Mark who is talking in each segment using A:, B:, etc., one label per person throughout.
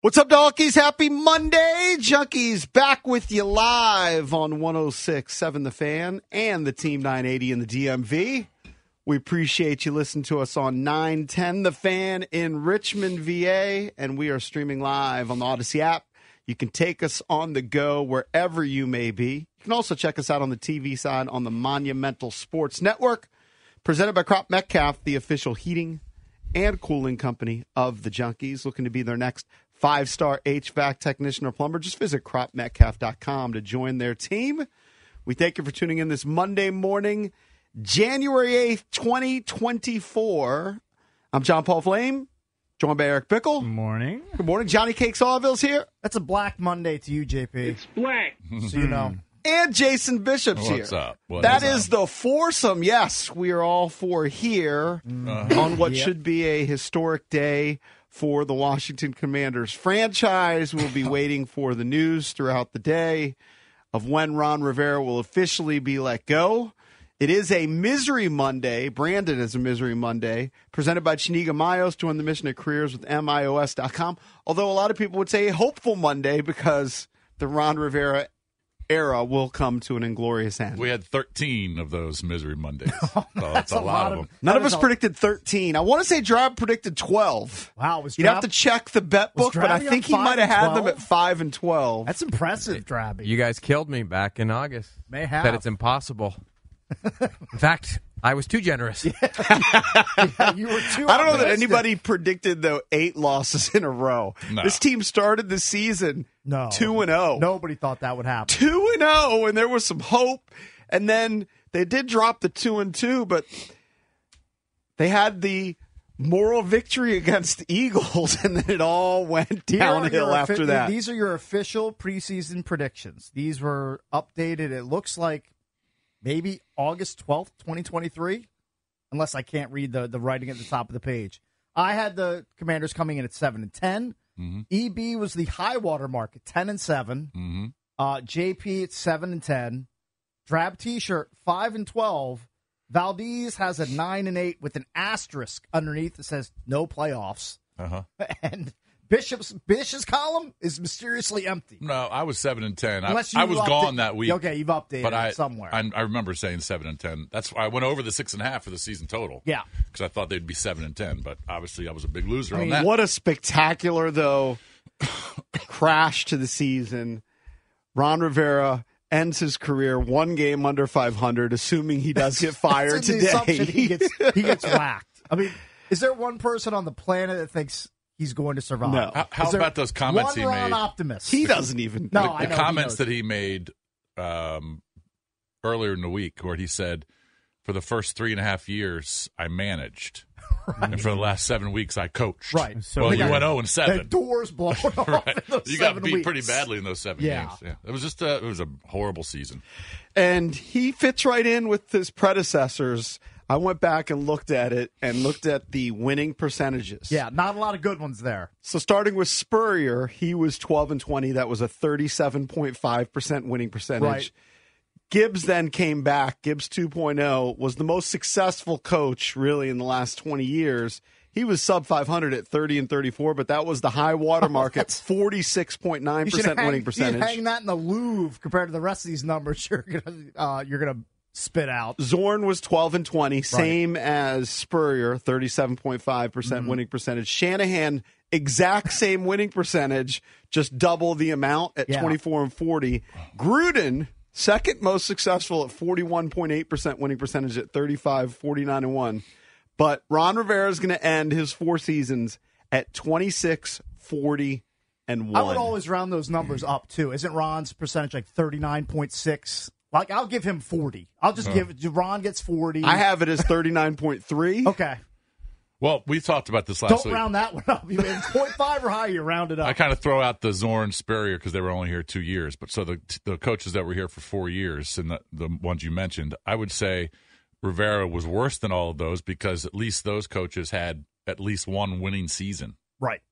A: What's up, donkeys? Happy Monday. Junkies back with you live on 1067 The Fan and the Team 980 in the DMV. We appreciate you listening to us on 910 The Fan in Richmond, VA, and we are streaming live on the Odyssey app. You can take us on the go wherever you may be. You can also check us out on the TV side on the Monumental Sports Network, presented by Crop Metcalf, the official heating and cooling company of the Junkies, looking to be their next five star HVAC technician or plumber, just visit cropmetcalf.com to join their team. We thank you for tuning in this Monday morning, January 8th, 2024. I'm John Paul Flame, joined by Eric Bickle.
B: Good morning.
A: Good morning. Johnny Cake Sawville's here.
C: That's a black Monday to you, JP. It's
D: black.
C: So you know.
A: And Jason Bishop's
E: What's
A: here.
E: up? What
A: that
E: is
A: is, the foursome. Yes, we are all four here
E: Uh-huh.
A: on what
E: Yep.
A: should be a historic day for the Washington Commanders franchise. We'll be waiting for the news throughout the day of when Ron Rivera will officially be let go. It is a Misery Monday. Brandon is a Misery Monday, presented by Chiniga Mayos, doing the mission of careers with MIOS.com. Although a lot of people would say a hopeful Monday because the Ron Rivera era will come to an inglorious end.
E: We had 13 of those misery Mondays.
C: Oh,
E: So that's a, lot, of them.
A: None of us predicted 13. I want to say Drab predicted 12.
C: Wow, was
A: You'd have to check the bet
C: was
A: book, but I
C: Drabby on
A: think he
C: five
A: might have
C: and
A: had them
C: 12?
A: at 5 and 12.
C: That's impressive, Drabby.
F: You guys killed me back in August.
C: May have.
F: That it's impossible. in fact, I was too generous.
C: you were too.
A: I don't know that
C: optimistic.
A: anybody predicted though eight losses in a row.
E: No.
A: This team started the season
C: No.
A: 2 and oh. 0.
C: Nobody thought that would happen.
A: 2 and 0 and there was some hope and then they did drop the 2 and 2 but they had the moral victory against the Eagles and then it all went
C: Here are
A: downhill
C: your
A: after
C: offi-
A: that.
C: These are your official preseason predictions. These were updated. It looks like maybe August 12th, 2023, unless I can't read the, the writing at the top of the page. I had the commanders coming in at 7 and 10.
A: Mm-hmm.
C: EB was the high water mark at 10 and 7.
A: Mm-hmm.
E: Mhm.
C: Uh, JP at 7 and 10. Drab T shirt, 5 and 12. Valdez has a 9 and 8 with an asterisk underneath that says no playoffs
E: Uh-huh.
C: and Bishop's Bishop's column is mysteriously empty.
E: No, I was 7 and 10. I,
C: Unless you
E: I was
C: upda-
E: gone that week.
C: Okay, you've updated
E: But
C: it
E: I,
C: somewhere.
E: I, I remember saying 7 and 10. That's why I went over the 6.5 for the season total.
C: Yeah.
E: Because I thought they'd be 7 and 10. But obviously, I was a big loser
A: I mean,
E: on that.
A: what a spectacular though crash to the season. Ron Rivera ends his career one game under 500, assuming he does get fired
C: That's the
A: today.
C: assumption he gets he gets whacked. I mean, is there one person on the planet that thinks he's going to survive?
A: No.
E: How- how
C: Is there
E: about those comments
C: one
E: he
C: Ron
E: made?
C: Optimist.
A: He doesn't even.
C: No,
E: the,
C: I
E: the
C: know, he
E: comments
C: knows.
E: that he made um, earlier in the week, where he said, "For the first three and a half years, I managed, and for the last seven weeks, I coached."
C: Right. So
E: well,
C: the
E: you
C: guy-
E: went zero and
C: the
E: seven.
C: doors blown off.
E: Right.
C: in those
E: You got
C: seven
E: beat
C: weeks.
E: pretty badly in those seven
C: Yeah.
E: games. Yeah, it was just a, it was a horrible season.
A: And he fits right in with his predecessors. I went back and looked at it and looked at the winning percentages.
C: Yeah, not a lot of good ones there.
A: So starting with Spurrier, he was 12 and 20. That was a 37.5% winning percentage.
C: Right.
A: Gibbs then came back. Gibbs 2.0 was the most successful coach really in the last 20 years. He was sub 500 at 30 and 34, but that was the high water mark at
C: That's- You should
A: 46.9%
C: hang,
A: winning
C: Oh, you should
A: percentage.
C: hang that in the Louvre compared to the rest of these numbers. You're gonna uh, you're gonna spit out.
A: Zorn was 12 and 20, same as Spurrier, 37.5%
C: Mm-hmm.
A: percent winning percentage. Shanahan, exact same winning percentage, just double the amount at
C: Yeah.
A: 24 and 40. Gruden, second most successful at 41.8% winning percentage at 35, 49 and 1. But Ron Rivera is going to end his four seasons at 26, 40 and 1.
C: I would always round those numbers
E: Mm.
C: up too. Isn't Ron's percentage like thirty nine point six? Like I'll give him forty. I'll just give Ron gets forty.
A: I have it as 39.3.
C: okay.
E: Well, we talked about this last
C: Don't
E: week.
C: round that one up. You it's point five or higher, you round it up.
E: I kind of throw out the Zorn Spurrier because they were only here two years. But so the the coaches that were here for four years and the, the ones you mentioned, I would say Rivera was worse than all of those because at least those coaches had at least one winning season.
C: right.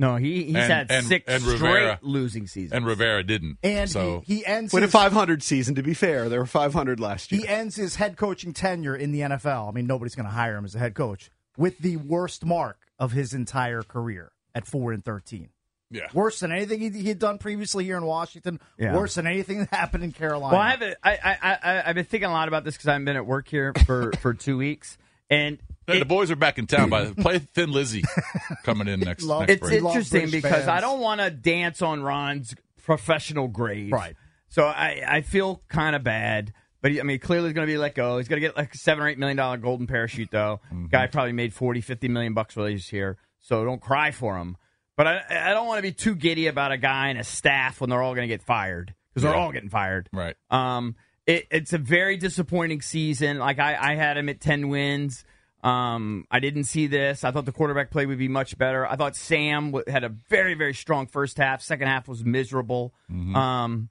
B: No, he, he's
E: And-
B: had
E: and-
B: six
E: and Rivera-
B: straight losing seasons.
E: And Rivera didn't.
C: And
E: so
C: he, he ends
A: Win a
C: his,
A: 500 season, to be fair. There were 500 last year.
C: he ends his head coaching tenure in the NFL. I mean, nobody's going to hire him as a head coach with the worst mark of his entire career at four and thirteen.
E: yeah.
C: Worse than anything he he had done previously here in Washington.
B: Yeah.
C: Worse than anything that happened in Carolina.
B: Well, I haven't. I, I, I, I've been thinking a lot about this because I've been at work here for, for two weeks, and
E: Hey, the boys are back in town. By the play Thin Lizzy coming in next.
C: Love
E: next
B: it's
E: break.
C: Brady.
B: interesting
C: Love British
B: because I
C: fans.
B: don't want to dance on Ron's professional grade.
C: Right.
B: So I, I feel kind of bad. But he- I mean, clearly he's going to be let go. He's going to get like a seven or eight million dollar golden parachute, though. Guy probably made 40, 50 million bucks while he's here. So don't cry for him. But I, I don't want to be too giddy about a guy and a staff when they're all going to get fired because they're
E: Yeah.
B: all getting fired.
E: right.
B: Um, it, it's a very disappointing season. Like I, I had him at ten wins. Um, I didn't see this. I thought the quarterback play would be much better. I thought Sam w- had a very, very strong first half. Second half was miserable.
A: Mm-hmm.
B: Um,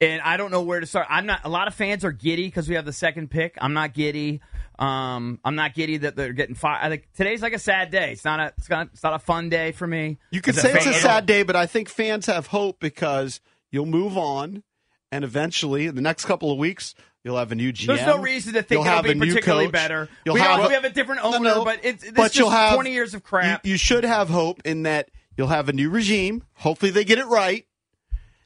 B: and I don't know where to start. I'm not. A lot of fans are giddy because we have the second pick. I'm not giddy. Um, I'm not giddy that they're getting fired. I think today's like a sad day. It's not a. It's not. It's not a fun day for me.
A: You could
B: As
A: say it's a
B: fan.
A: sad day, but I think fans have hope because you'll move on, and eventually, in the next couple of weeks, you'll have a new GM.
B: There's no reason to think
A: You'll
B: it'll
A: have
B: be
A: a new
B: particularly
A: coach.
B: better.
A: You'll
B: We
A: have
B: have- we have a different owner, but it's- this is
A: you'll have
B: 20 years of crap.
A: You, you should have hope in that you'll have a new regime. Hopefully, they get it right.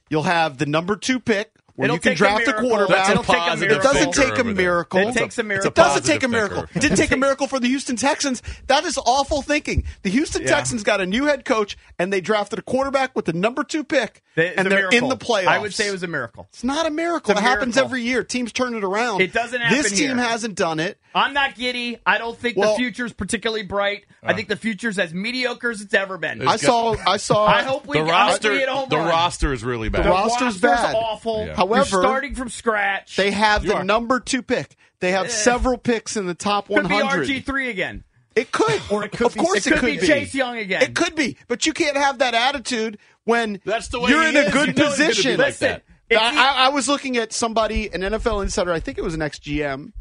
A: You'll have the number two pick where
B: It'll
A: you can
B: take a
A: draft a
B: miracle.
A: quarterback.
E: That's a
B: It'll take a
E: positive
A: it doesn't
E: thinker
A: take a
E: over there.
A: miracle.
B: It takes a miracle.
A: It doesn't
E: Positive
A: take a miracle.
E: thinker.
A: It didn't take a miracle for the Houston Texans. That is awful thinking. The Houston Texans got a new head coach and they drafted a quarterback with the number two pick,
B: It's
A: and
B: a
A: they're in
B: miracle.
A: the playoffs.
B: I would say it was a miracle.
A: It's not a miracle.
B: It's a
A: it happens
B: miracle.
A: every year. Teams turn it around.
B: It doesn't happen
A: This team
B: here.
A: hasn't done it.
B: I'm not giddy. I don't think
A: Well- Uh.
B: the future's particularly bright. I think the future's as mediocre as it's ever been.
A: I
B: I,
E: It's
A: saw. I saw.
B: hope we
E: The
B: I hope we
E: roster,
B: hit a home
E: the
B: run.
E: roster is really bad.
A: The roster- roster's bad.
B: awful.
E: Yeah.
A: However-
B: You're starting from scratch.
A: they have
E: You
A: the
E: are-
A: number two pick. They have several picks in the top
B: Eh. could
A: one
B: be RG
A: hundred.
B: three again.
A: It could.
C: Or it could
A: of
C: be-
A: course,
B: It could be Chase Young again.
A: It could be, but you can't have that attitude when
E: That's the way
A: you're
E: he
A: in
E: is.
A: a good
E: You know he's gonna be
A: position.
E: like that.
B: If
A: I,
B: he-
A: I, I was looking at somebody, an NFL insider, I think it was an ex GM,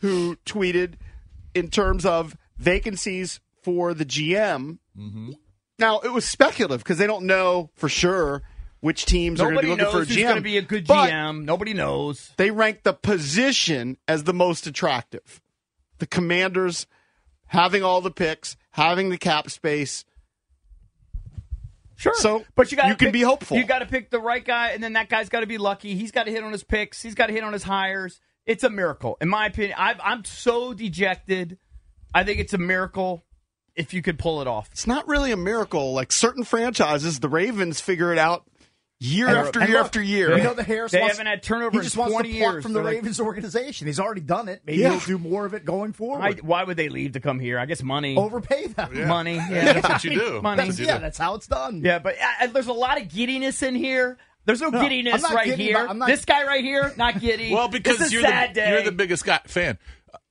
A: who tweeted in terms of vacancies for the GM. Now it was speculative because they don't know for sure which teams
B: Nobody
A: are going to be
B: knows
A: looking
B: who's
A: for a GM.
B: going to be a good
A: But
B: GM. Nobody knows.
A: they ranked the position as the most attractive. The Commanders having all the picks, having the cap space.
B: Sure.
A: So,
B: but you got
A: you can be hopeful.
B: You got to pick the right guy, and then that guy's got to be lucky. He's got to hit on his picks. He's got to hit on his hires. It's a miracle, in my opinion. I've, I'm so dejected. I think it's a miracle if you could pull it off.
A: It's not really a miracle. Like certain franchises, the Ravens figure it out year after
C: And
A: year
C: look,
A: after year.
C: You know that Harris
B: They
C: wants-
B: haven't had turnover
C: He
B: in
C: just wants
B: 20
C: to pluck
B: years.
C: from the
B: They're like-
C: Ravens organization. He's already done it. Maybe
A: Yeah.
C: he'll do more of it going forward.
B: I, why would they leave to come here? I guess money,
C: Overpay them.
B: money. Yeah,
E: That's what you do. That's
B: Money.
C: That's,
E: what you
C: yeah,
E: do.
C: that's how it's done.
B: yeah. But I, I- there's a lot of giddiness in here. There's no,
C: I'm
B: giddiness
C: not
B: right
C: giddy,
B: here.
C: but I'm not-
B: this guy right here, not giddy.
E: Well, because
B: this is
E: you're
B: a sad
E: the
B: day.
E: you're the biggest guy, fan,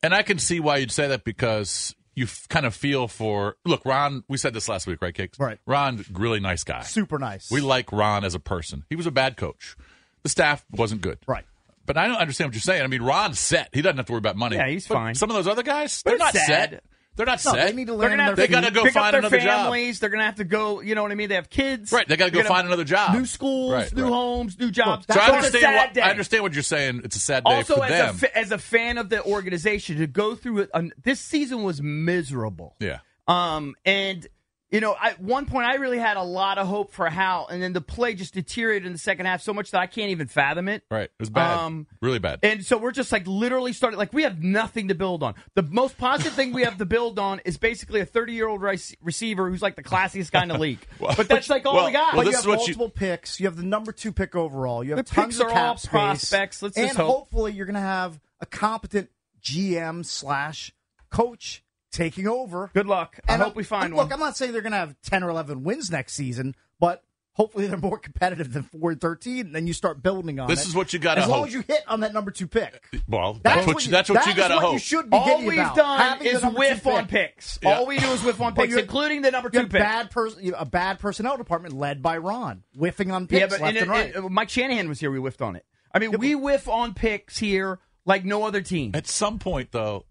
E: and I can see why you'd say that because you f- kind of feel for. Look, Ron, we said this last week, right, Kicks?
C: Right.
E: Ron, really nice guy.
C: Super nice.
E: We like Ron as a person. He was a bad coach. The staff wasn't good.
C: Right.
E: But I don't understand what you're saying. I mean, Ron's set. He doesn't have to worry about money.
B: Yeah, he's
E: But
B: fine.
E: Some of those other guys,
B: But
E: they're
B: it's
E: not
B: sad.
E: set. They're not
C: No,
E: set.
C: they need to
B: They're
C: learn
B: gonna have
C: their
E: They gotta
C: feet.
E: go
B: pick
E: find
B: up
E: another
B: their
E: job.
B: families. They're gonna have to go. You know what I mean? They have kids.
E: Right, they gotta go
B: They're gonna-
E: find another job.
B: New schools,
E: Right,
B: new
E: right.
B: homes, new jobs.
E: So I
B: That's a
E: understand.
B: sad
E: What,
B: day.
E: I understand what you're saying. It's a sad day
B: Also,
E: for
B: as
E: them.
B: a, fa- as a fan of the organization, to go through it, um, this season was miserable.
E: yeah.
B: Um, and You know, at one point I really had a lot of hope for Hal, and then the play just deteriorated in the second half so much that I can't even fathom it.
E: Right. It was bad.
B: Um,
E: really bad.
B: And so we're just like literally started like we have nothing to build on. The most positive thing we have to build on is basically a 30 year old receiver who's like the classiest guy in the league. but that's like all
E: well,
B: we got.
E: well,
C: you have
E: this is what you-
C: multiple picks. You have the number two pick overall. You have
B: The
C: tons
B: picks
C: of
B: are
C: cap
B: all
C: space.
B: prospects. Let's
C: and
B: just hope.
C: hopefully you're going to have a competent GM slash coach taking over.
B: Good luck. I
C: And
B: hope
C: I'm-
B: we find
C: look,
B: one.
C: I'm not saying they're going to have 10 or 11 wins next season, but hopefully they're more competitive than 4 and 13. And then you start building on
E: This
C: is
E: is what you gotta
C: As long
E: hope.
C: as you hit on that number two pick.
E: well, that's, what, you, that's what
C: that
E: you
C: is
E: got to
C: what
E: hope.
C: You should be
B: all
C: giddy
B: we've
C: about,
B: done
C: having the
B: is
C: number two
B: whiff on
C: pick.
B: picks.
E: Yeah.
B: All we do is whiff on
C: But
B: picks,
C: you're-
B: including the number
C: You
B: two
C: have
B: pick.
C: bad person, you have a bad personnel department led by Ron, whiffing on picks
B: yeah, but
C: left
B: in-
C: and right.
B: in- Mike Shanahan was here. We whiffed on it. I mean, we whiff on picks here like no other team.
E: At some point, though,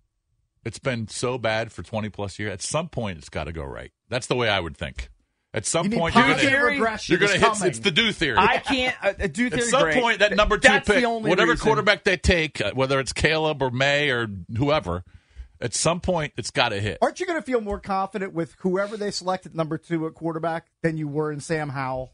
E: it's been so bad for 20 plus years. At some point, it's got to go right. That's the way I would think. At some
C: you need
E: point, you're
C: positive
E: going
B: gonna-
C: regression.
E: you're going to
C: is
E: hit.
C: coming.
E: It's the do theory.
B: I can't uh, uh, do
E: At
B: theory
E: some
B: great.
E: point, that number two
B: That's
E: pick,
B: the only
E: whatever
B: reason.
E: quarterback they take, uh, whether it's Caleb or May or whoever, at some point, it's got to hit.
C: Aren't you going to feel more confident with whoever they select at number two at quarterback than you were in Sam Howell?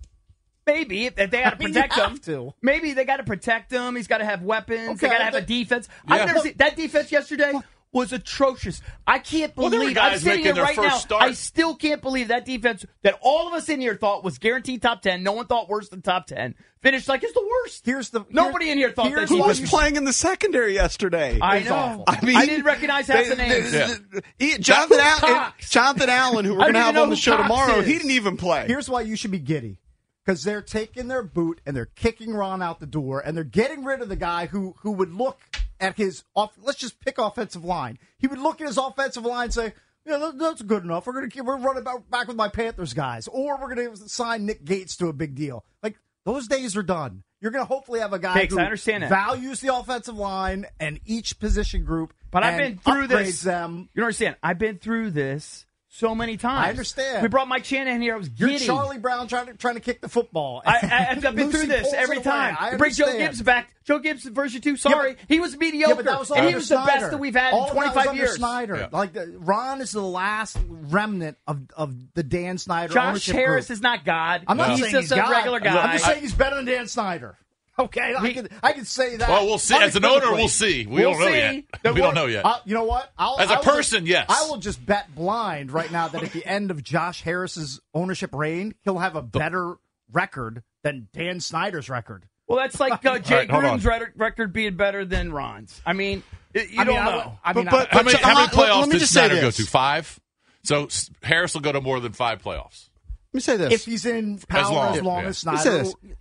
B: Maybe if if they got to
C: I mean, you
B: protect him.
C: have to.
B: Maybe they got to protect him. He's got to have weapons.
C: Okay,
B: they got to have
C: but-
B: a defense.
E: Yeah.
B: I've never seen that defense yesterday. Was atrocious. I can't
E: Well, there were
B: believe I'm
E: guys
B: sitting
E: making
B: here
E: their
B: right
E: first
B: now.
E: start.
B: I still can't believe that defense that all of us in here thought was guaranteed top ten. No one thought worse than top ten. Finished like it's the worst.
C: Here's the-
B: nobody
C: here-
B: in here thought that
C: here's
A: Who
C: what
B: defense
C: you-
A: was playing in the secondary yesterday?
B: I
C: It's
B: know.
C: awful.
B: I mean, I didn't recognize half the names.
E: Yeah.
A: Ian- Jonathan,
B: Who's
A: Allen,
B: Cox?
A: Jonathan Allen, who we're
B: I
A: going to
B: don't
A: have
B: even
A: on
B: know
A: the
B: who
A: show
B: Cox
A: tomorrow,
B: is.
A: he didn't even play.
C: Here's why you should be giddy. Because they're taking their boot and they're kicking Ron out the door and they're getting rid of the guy who who would look at his off. Let's just pick offensive line. He would look at his offensive line and say, "Yeah, that, that's good enough. We're gonna keep, we're running back, back with my Panthers guys, or we're gonna sign Nick Gates to a big deal." Like those days are done. You're gonna hopefully have a guy
B: Thanks,
C: who
B: I understand that.
C: values the offensive line and each position group.
B: But I've been
C: and
B: through
C: upgrades
B: this.
C: Them.
B: You don't understand. I've been through this so many times.
C: I understand.
B: We brought Mike Shanahan here. I was
C: You're
B: giddy.
C: Charlie Brown trying to trying to kick the football.
B: I, I, I've been
C: Lucy
B: through this
C: pulls it
B: every
C: away.
B: time.
C: I
B: You Bring Joe
C: understand.
B: Gibbs back. Joe Gibbs, version two. Sorry,
C: but-
B: he was mediocre,
C: Yeah, but that was all
B: and he
C: under
B: was the
C: Snyder.
B: best that we've had
C: all
B: in
C: of that was
B: 25
C: under
B: years.
C: Snyder,
E: Yeah.
C: like the, Ron is the last remnant of of the Dan Snyder.
B: Josh
C: ownership
B: Harris
C: group.
B: is not God.
C: I'm not
B: he's
C: saying
B: just
C: he's
B: a
C: God.
B: regular guy.
C: I'm just saying he's better than Dan Snyder. Okay, I
B: He-
C: can I can say that.
E: Well, we'll see. As an owner,
C: unequivocally.
E: we'll see. We don't know yet.
B: see.
E: We don't know yet.
C: I- Uh, you know what? I'll,
E: As a
C: I will just-
E: person, yes.
C: I will just bet blind right now that at the end of Josh Harris's ownership reign, he'll have a better record than Dan Snyder's record.
B: well, that's like uh, Jay
E: right, hold
B: Gruden's
E: on.
B: re- record being better than Ron's. I mean, it- you
C: I
B: don't
C: mean, I
B: know.
C: would- I mean,
A: But-
C: I-
E: How
A: but
E: many,
A: John,
E: how many
A: let- let-
E: playoffs
A: let me
E: did
A: just say
E: Snyder go
A: this.
E: to? Five. So S- Harris will go to more than five playoffs.
A: Let me say this.
C: if he's in power as long
E: long,
C: as,
E: yeah.
A: Let me say
C: Snyder,
A: this.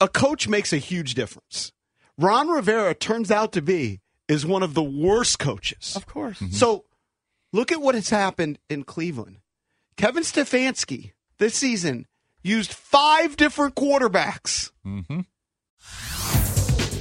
A: A coach makes a huge difference. Ron Rivera turns out to be is one of the worst coaches.
B: Of course.
A: So look at what has happened in Cleveland. Kevin Stefanski this season used five different quarterbacks.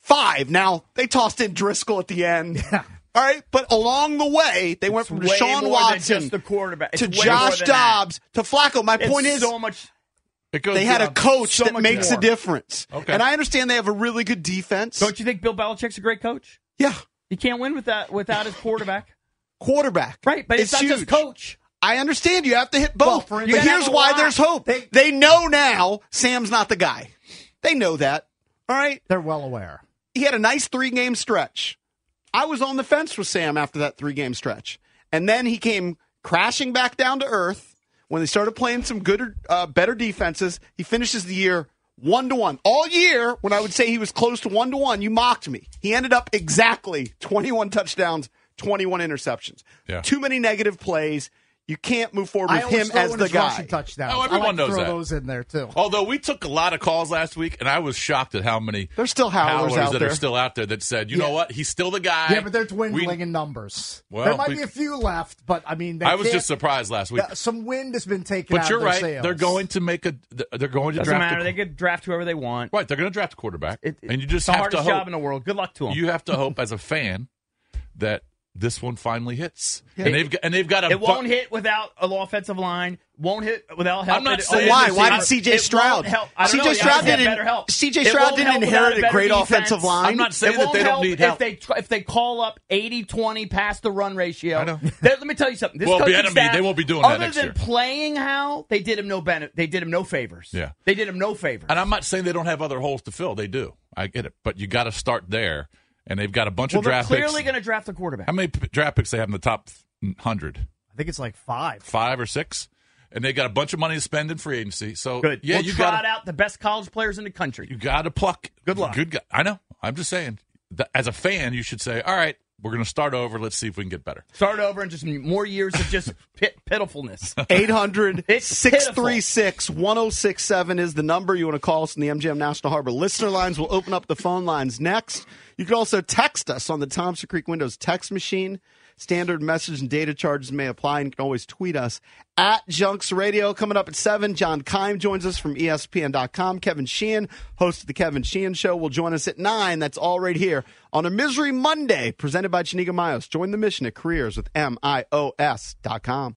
A: Five. Now they tossed in Driscoll at the end. All right, but along the way they went from
B: way more
A: Deshaun
B: than
A: Watson
B: just the quarterback. It's
A: to
B: way
A: Josh
B: more than that.
A: Dobbs to Flacco. My
B: It's
A: point is
B: so much.
E: It goes
A: they had a
E: down.
A: coach
B: so
A: that
B: much
A: makes
B: more.
A: a difference.
E: Okay.
A: And I understand they have a really good defense.
B: Don't you think Bill Belichick's a great coach?
A: yeah,
B: He can't win with that without his quarterback,
A: quarterback.
B: right? But it's, not just
A: huge.
B: coach.
A: I understand you have to hit
C: Well,
A: both.
C: for
A: but
C: instance-
A: here's
C: You gotta
A: why
C: have a
A: there's
C: lot.
A: hope. They,
C: They-
A: know now Sam's not the guy. They know that. All right.
C: they're well aware.
A: He had a nice three game stretch. I was on the fence with Sam after that three game stretch. And then he came crashing back down to earth when they started playing some good, uh, better defenses. He finishes the year one to one. All year, when I would say he was close to one to one, you mocked me. He ended up exactly 21 touchdowns, 21 interceptions.
E: Yeah.
A: Too many negative plays. You can't move forward
C: I
A: with
C: always
A: him
C: throw
A: as
C: in
A: the
C: his
A: guy.
C: rushing touchdowns.
E: Oh,
C: I like
E: everyone
C: to
E: knows
C: throw
E: that.
C: those in there too.
E: Although we took a lot of calls last week, and I was shocked at how many
A: There's still howlers out
E: that
A: there.
E: are still out there that said, you know
C: Yeah.
E: what, he's still the guy.
C: yeah, but they're dwindling
E: We-
C: in numbers.
E: Well,
C: there might
E: we-
C: be a few left, but I mean, they
E: I was
C: can't-
E: just surprised last week.
C: uh, some wind has been taken. out
E: But you're
C: of their
E: right;
C: Sales.
E: they're going to make a. They're going to
B: Doesn't
E: draft.
B: matter.
E: A,
B: They could draft whoever they want.
E: right, they're going to draft a quarterback,
B: It- it-
E: and you just
B: the
E: have to
B: hardest
E: hope.
B: job in the world. Good luck to them.
E: you have to hope as a fan that this one finally hits, and they've got, and they've got a.
B: it won't hit without an offensive line. Won't hit without help.
E: I'm not
B: It-
E: saying
B: it-
E: Why?
B: it-
E: Why did
B: it-
A: C.J.
B: it won't
A: Stroud?
B: help. I don't
A: C.J.
B: know. They
A: Stroud
B: obviously have
A: didn't-
B: better help.
A: C.J.
B: It
A: Stroud
B: won't
A: didn't
B: help without
A: inherit a
B: better
A: great
B: defense.
A: offensive line.
E: I'm not
B: It
E: saying that
B: won't
E: they don't
B: help
E: need
B: if
E: help.
B: they tr- if they call up 80-20 past the run ratio.
E: I know.
B: That- let me tell you something. This
E: Well,
B: coaching
E: Bieniemy,
B: staff,
E: they won't be doing that
B: other
E: next
B: than
E: year.
B: playing how they did him no benefit. They did him no favors.
E: Yeah.
B: they did him no favors.
E: And I'm not saying they don't have other holes to fill; they do. I get it, but you got to start there, and they've got a bunch
B: well,
E: of
B: they're
E: draft
B: clearly
E: picks.
B: going to draft a quarterback.
E: How many p- draft picks they have in the top hundred?
C: I think it's like five.
E: Five or six, and they got a bunch of money to spend in free agency. So
B: Good.
E: yeah,
B: we'll
E: you
B: trot
E: got to
B: out the best college players in the country.
E: you got to pluck.
B: Good luck.
E: Good guy. I know. I'm just saying. That, as a fan, you should say, "All right, we're going to start over. Let's see if we can get better."
B: Start over and just more years of just pit, pitifulness.
A: 800
B: It's
A: 636 1067 is the number you want to call us in the MGM National Harbor. Listener lines will open up the phone lines next. You can also text us on the Thompson Creek Windows text machine. Standard message and data charges may apply, and you can always tweet us at Junks Radio. Coming up at 7, John Kime joins us from E ESPN.com. Kevin Sheehan, host of The Kevin Sheehan Show, will join us at 9. That's all right here on a Misery Monday, presented by Chaniga Miles. Join the mission at careers with MIOS.com.